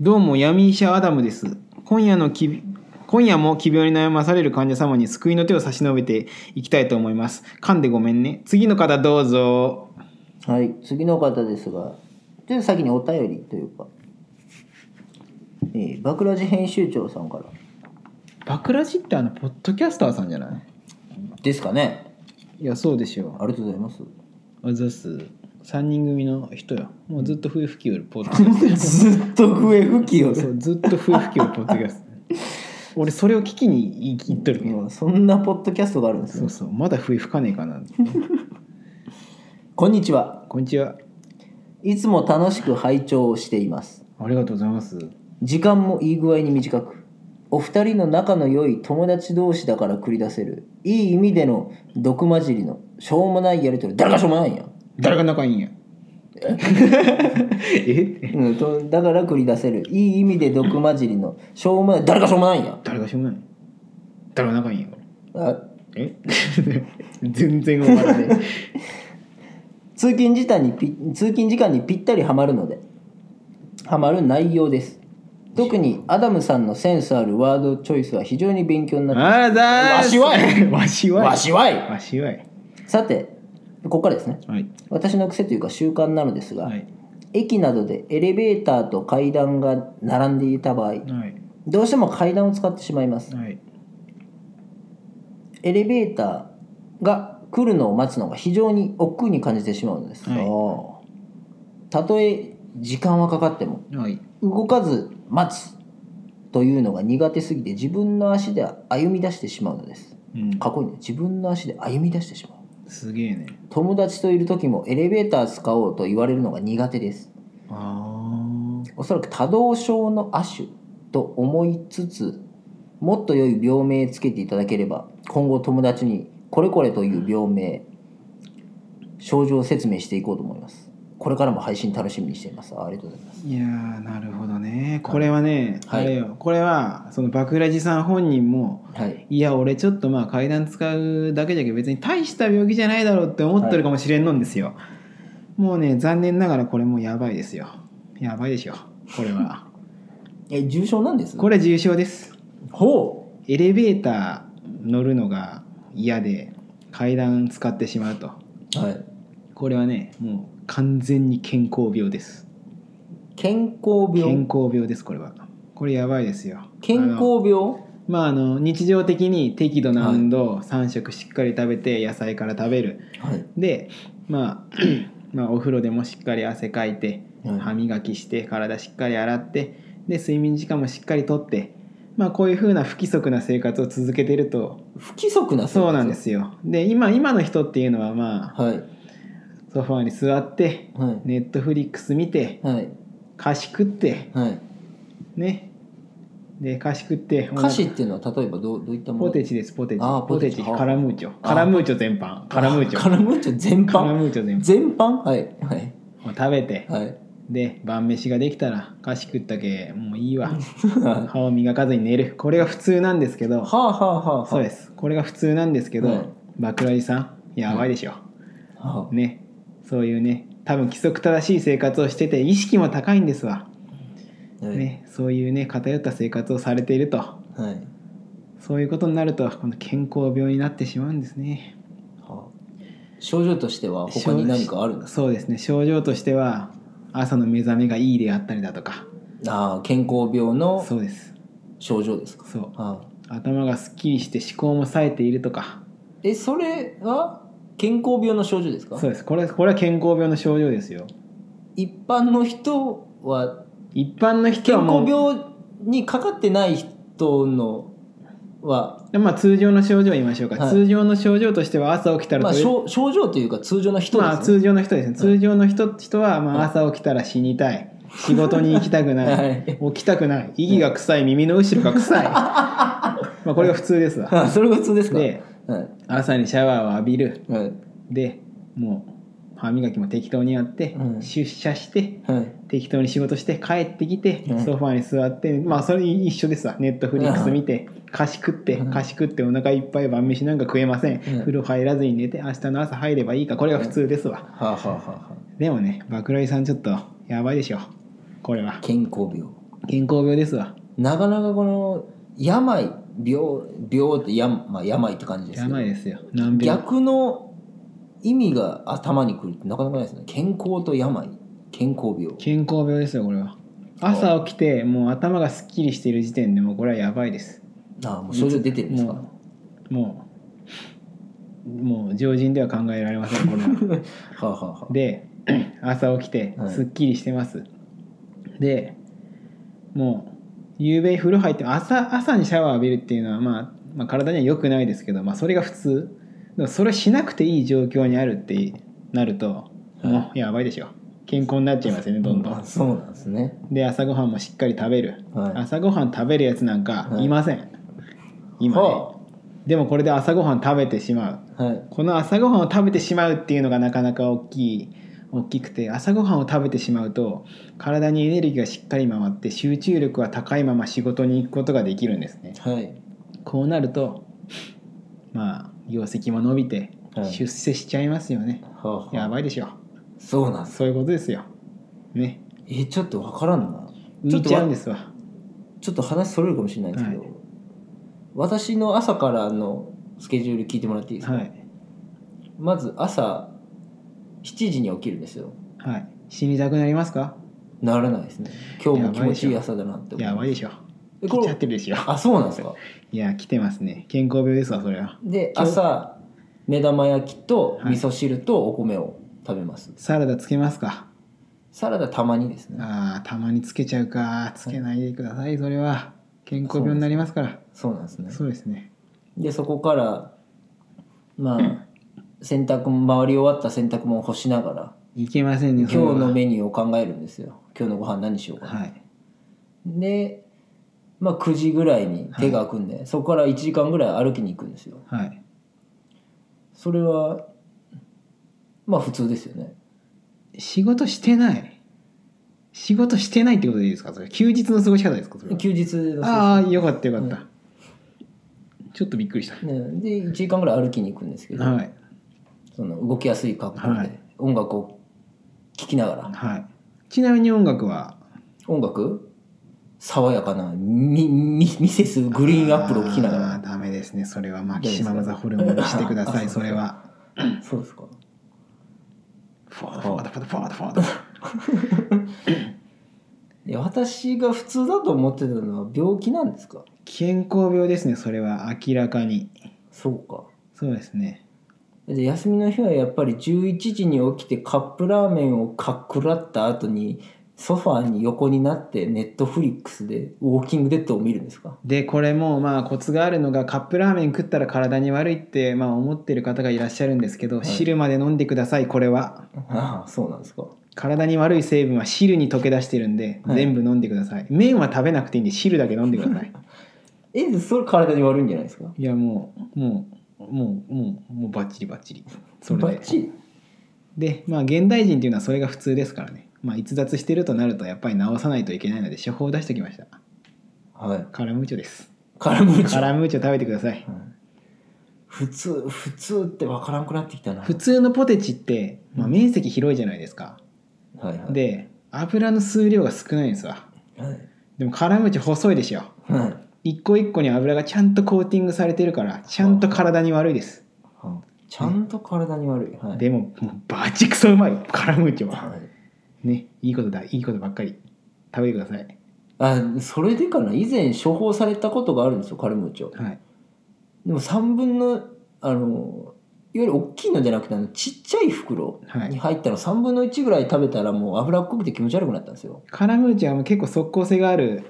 どうも闇医者アダムです今夜のき今夜も奇病に悩まされる患者様に救いの手を差し伸べていきたいと思います噛んでごめんね次の方どうぞはい、次の方ですが、ちょっと先にお便りというか、えー、バクラジ編集長さんからバクラジってあのポッドキャスターさんじゃないですかね。いやそうでしょありがとうございます。うあざっす3人組の人よもうずっと笛吹きよるポッドキャストずっと笛吹き よそうそうずっと笛吹きよるポッドキャスト 俺それを聞きに行っとるけど もうそんなポッドキャストがあるんですそねう。そうまだ笛吹かねえかなこんにちは。こんにちはいつも楽しく拝聴をしています。ありがとうございます時間もいい具合に短く。お二人の仲の良い友達同士だから繰り出せるいい意味での毒混じりのしょうもないやりとり誰がしょうもないんや誰が仲いいんや えうん、とだから繰り出せるいい意味で毒混じりのしょうもない誰かしょうもないんや誰がしょうもない誰が仲いいんやあえ 全然終わらない通勤時間にぴ通勤時間にぴったりはまるのではまる内容です特にアダムさんのセンスあるワードチョイスは非常に勉強になっあらだーわしはいわしたはいわしはいわしはいさてここからですねはい私の癖というか習慣なのですが、はい駅などでエレベーターと階段が並んでいた場合はいどうしても階段を使ってしまいますはいエレベーターが来るのを待つのが非常に億劫に感じてしまうのです、はいたとえ時間はかかってもはい動かず待つというのが苦手すぎて自分の足で歩み出してしまうのですうんかっこいいね自分の足で歩み出してしまうすげえね友達といる時もエレベーター使おうと言われるのが苦手ですあおそらく多動症の亜種と思いつつもっと良い病名つけていただければ今後友達にこれこれという病名症状を説明していこうと思いますこれからも配信楽しみにしていますありがとうございますーいやーなるほどねこれはね、はいあれよこれはそのバクラジさん本人もはいいや俺ちょっとまあ階段使うだけじゃけど別に大した病気じゃないだろうって思ってるかもしれんのんですよ、もうね残念ながらこれもうやばいですよやばいでしょこれはえ重症なんですこれ重症ですほエレベーター乗るのが嫌で階段使ってしまうとうはいこれはねもう完全に健康病です健康健病康病ですこれはこれやばいですよ健あの康病まああの日常的に適度な運動、3食しっかり食べて野菜から食べるはいで、まあ、 まあお風呂でもしっかり汗かいてはい歯磨きして体しっかり洗ってで睡眠時間もしっかりとって、まあ、こういうふうな不規則な生活を続けてると不規則な生活そうなんですよで今今の人っていうのはまあはいソファーに座ってはいネットフリックス見てはい菓子食ってはいねで菓子食って歌詞っていうのは例えばどうどういったものポテチですポテチあーポテチポテチカラムーチョあーカラムーチョ全般カラムーチカョラムーチョ全カラ般ムーチョ全般全般はいはいを食べて はいで晩飯ができたら菓子食ったけもういいわ歯を磨かずに寝るこれが普通なんですけどはあはあはあはあそうですこれが普通なんですけど、うんバクラジさんやばいでしょ、はあねそういうね多分規則正しい生活をしてて意識も高いんですわ、はいね、そういうね偏った生活をされているとはいそういうことになるとこの健康病になってしまうんですねはあ症状としては他に何かあるんですそうですね症状としては朝の目覚めがいいであったりだとかああ健康病のそうです症状ですかそうはあ頭がすっきりして思考も冴えているとかえそれは健康病の症状ですかそうですこれこれは健康病の症状ですよ一般の人は一般の人健はも康う、病にかかってない人のはまあ、通常の症状言いましょうか、はい通常の症状としては朝起きたらまあとり症症状というか通常の人まあですね通常の人ですね通常の人人はまあ朝起きたら死にたい仕事に行きたくない、はい 起きたくない息が臭い耳の後ろが臭いまあこれが普通ですわあそれが普通ですかはいで朝にシャワーを浴びるはいでもう歯磨きも適当にやって、うん出社してはい適当に仕事して帰ってきて、うんソファーに座ってまあそれ一緒ですわネットフリックス見て菓子食ってうん菓子食ってお腹いっぱい晩飯なんか食えません、うん風呂入らずに寝て明日の朝入ればいいかこれが普通ですわ、はあはあはあはあでもねバクライさんちょっとやばいでしょこれは健康病健康病ですわなかなかこの病病病ってや、まあ、病って感じですけど病ですよ難病逆の意味が頭にくるってなかなかないですね健康と病健康病健康病ですよこれは朝起きてもう頭がすっきりしている時点でもうこれはやばいですああもう症状出てるんですかもうもうもう常人では考えられませんこれははあ、はあはあ、で 朝起きてはいすっきりしてます、でもう夕べ風呂入って朝朝にシャワー浴びるっていうのは、まあ、まあ体には良くないですけど、まあ、それが普通でもそれしなくていい状況にあるってなるともうやばいでしょ健康になっちゃいますよねどんどあんそうなんですねで朝ごはんもしっかり食べるはい朝ごはん食べるやつなんかいません、今ね、はでもこれで朝ごはん食べてしまうはいこの朝ごはんを食べてしまうっていうのがなかなか大きい大きくて朝ごはんを食べてしまうと体にエネルギーがしっかり回って集中力は高いまま仕事に行くことができるんですねはいこうなるとまあ業績も伸びてはい出世しちゃいますよね、はあ、はあ、やばいでしょそうなんですそういうことですよねえちょっとわからんなち浮ょっいとちゃうわんですわちょっと話それるかもしれないんですけど、は私の朝からのスケジュール聞いてもらっていいですか、はいまず朝7時に起きるんですよはい死にたくなりますかならないですね今日も気持ちいい朝だなって思やばいでしょえこ来ちゃっれてるでしょあそうなんですかいや来てますね健康病ですわそれはで今日朝目玉焼きとはい味噌汁とお米を食べます、サラダつけますかサラダたまにですねああたまにつけちゃうかつけないでくださいそれは健康病になりますからそうなんですねそうですねでそこからまあ洗濯も回り終わった洗濯物を干しながらいけませんね今日のメメニューを考えるんですよ今日のご飯何しようかな、はいで、まあ、9時ぐらいに手が空くんで、そこから1時間ぐらい歩きに行くんですよはいそれはまあ普通ですよね仕事してない仕事してないってことでいいですかそれ休日の過ごし方ですかそれは休日のああよかったよかった、うちょっとびっくりした、ねで1時間ぐらい歩きに行くんですけど、はいその動きやすい格好はでい音楽を聴きながらはいちなみに音楽は音楽爽やかなミミミセスグリーンアップルを聴きながあーらダメですねそれはマキシマムザホルモンにしてくださいあそれはそうですかフォードフォードフォードフォードフォードいや私が普通だと思ってたのは病気なんですか 健康病ですねそれは明らかにそうかそうですねで休みの日はやっぱり11時に起きてカップラーメンをかっくらった後にソファーに横になってネットフリックスでウォーキングデッドを見るんですかでこれもまあコツがあるのがカップラーメン食ったら体に悪いってまあ思ってる方がいらっしゃるんですけど、はい汁まで飲んでくださいこれはああそうなんですか体に悪い成分は汁に溶け出してるんで、はい全部飲んでください麺は食べなくていいんで汁だけ飲んでくださいえそれ体に悪いんじゃないですか いやもうもうもうもうもうバッチリバッチリそれバでッチリでまあ現代人っていうのはそれが普通ですからねまあ逸脱してるとなるとやっぱり治さないといけないので処方を出してきましたはいカラムーチョですカラムーチョカラムーチョ食べてくださいはい普通普通って分からんくなってきたな普通のポテチって、まあ、うん面積広いじゃないですか、はいはいで油の数量が少ないんですわはいでもカラムーチョ細いでしょはい一個一個に油がちゃんとコーティングされてるからちゃんと体に悪いですはいちゃんと体に悪いはいでももうバチクソうまいカラムーチョははいねいいことだいいことばっかり食べてくださいあそれでかな以前処方されたことがあるんですよカルムーチョはいでも3分のあのいわゆる大きいのじゃなくてあのちっちゃい袋はにい入ったの3分の1ぐらい食べたらもう脂っこくて気持ち悪くなったんですよカラムーチョはもう結構即効性がある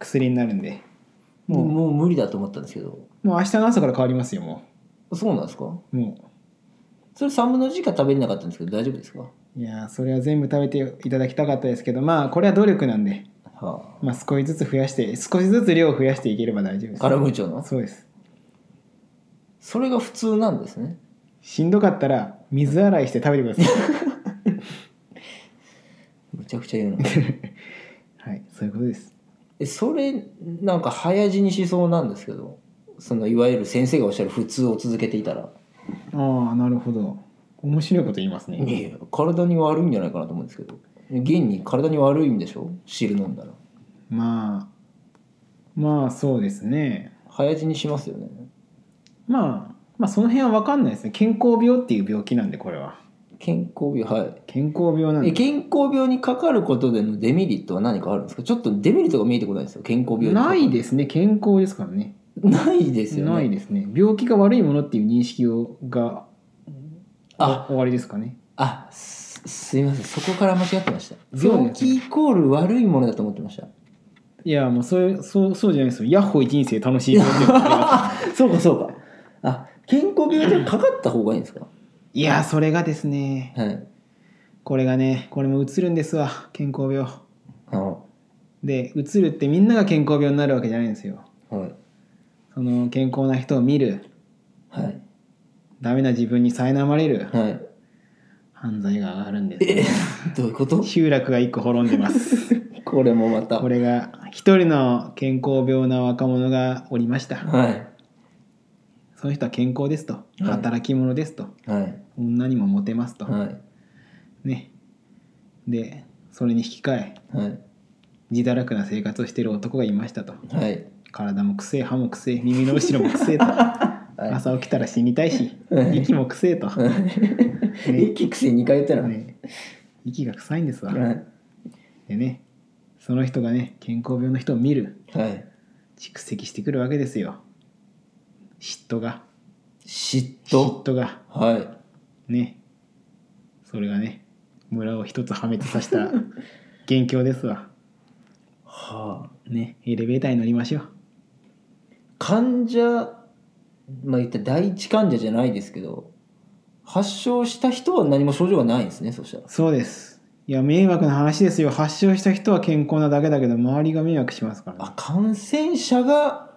薬になるんでもうももう無理だと思ったんですけどうもう明日の朝から変わりますよもそうなんですかうもそれ3分の1しか食べれなかったんですけど大丈夫ですかういやーそれは全部食べていただきたかったですけどまあこれは努力なんではまあ、少しずつ増やして少しずつ量を増やしていければ大丈夫であすカラムーチョのそうですそれが普通なんですねしんどかったら水洗いして食べてくださいむちゃくち ゃ言うな はいそういうことですえそれなんか早死にしそうなんですけどそのいわゆる先生がおっしゃる普通を続けていたらああなるほど面白いこと言いますねいや体に悪いんじゃないかなと思うんですけど現に体に悪いんでしょ汁飲んだらまあまあそうですね早死にしますよねまあまあその辺は分かんないですね健康病っていう病気なんでこれは健康病はい健康病なんえで健康病にかかることでのデメリットは何かあるんですかちょっとデメリットが見えてこないですよ健康病にかかなるいですね健康ですからねないですよねないですね病気が悪いものっていう認識をがあ終わりですかねあすすいませんそこから間違ってましたそう病気イコール悪いものだと思ってましたいやもうそうそうそうじゃないですよヤッホー人生楽しいよっていうそうかそうかあ健康病でかかった方がいいんですかいやそれがですねはいこれがねこれもうつるんですわ健康病あのでうつるってみんなが健康病になるわけじゃないんですよはいその健康な人を見るはいダメな自分に苛まれるはい犯罪が上がるんでえどういうことす集落が一個滅んでます これもまたこれが一人の健康病な若者がおりましたはいその人は健康ですとい働き者ですと、はい女にもモテますと、はいねでそれに引き換えはい自堕落な生活をしている男がいましたとはい体もくせえ歯もくせえ耳の後ろもくせえと はい朝起きたら死にたいしはい息もくせえと、 えキクセ2回言ったらねね、息が臭いんですわ、はいでねその人がね健康病の人を見るはい蓄積してくるわけですよ嫉妬が嫉嫉妬妬がはねそれがね村を一つ破滅させ た元凶ですわいはあねエレベーターに乗りましょう患者まあ言ったら第一患者じゃないですけど発症した人は何も症状がないんですねそしたらそうですいや迷惑な話ですよ発症した人は健康なだけだけど周りが迷惑しますからあ感染者が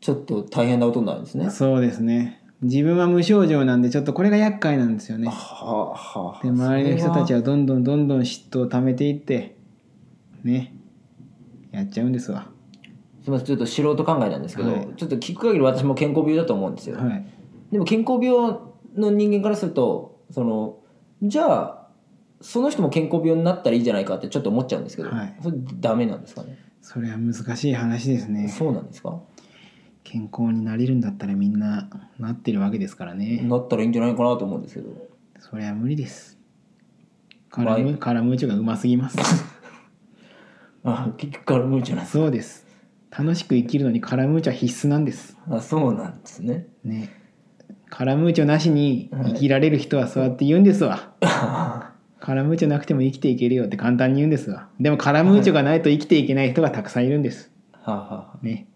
ちょっと大変なことになるんですねねそうですね自分は無症状なんでちょっとこれが厄介なんですよねはあはあで周りの人たちははどんどんどんどん嫉妬を溜めていってねやっちゃうんですわすみませんちょっと素人考えなんですけど、はいちょっと聞く限り私も健康病だと思うんですよ、はいでも健康病の人間からするとそのじゃあその人も健康病になったらいいじゃないかってちょっと思っちゃうんですけど、はいそれダメなんですかねそれは難しい話ですねそうなんですか健康になれるんだったらみんななってるわけですからねなったらいいんじゃないかなと思うんですけどそりゃ無理ですカまあラムカラムーチョがうますぎますあ結局カルムーチョなんですそうです楽しく生きるのにカラムーチョは必須なんですあそうなんです ねねカラムーチョなしに生きられる人はそうやって言うんですわ、カラムーチョなくても生きていけるよって簡単に言うんですわでもカラムーチョがないと生きていけない人がたくさんいるんですはあはね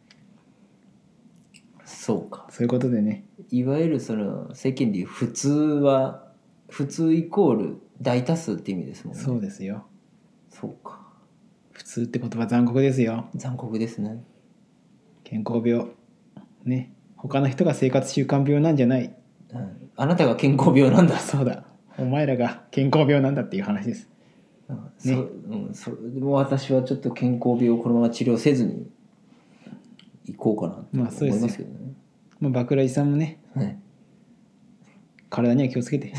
あそうかそういうことでねいわゆるその世間でいう普通は普通イコール大多数って意味ですもんねそうですよそうか普通って言葉残酷ですよ残酷ですね健康病ね他の人が生活習慣病なんじゃないうんあなたが健康病なんだそうだお前らが健康病なんだっていう話ですうんそ,、うん、それでも私はちょっと健康病をこのまま治療せずに行こうかまなあとそうで思すいよますけどね、まあバクラジさんもねはい体には気をつけて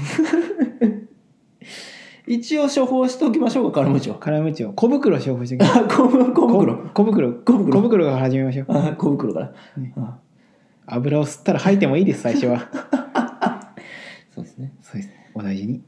一応処方しておきましょうかカルムチョカラムーチョ小袋処方してくださいあ 小小袋小袋小袋小袋から始めましょうあ 小袋から、あ 油を吸ったら吐いてもいいです最初はそうですねそうですねお大事に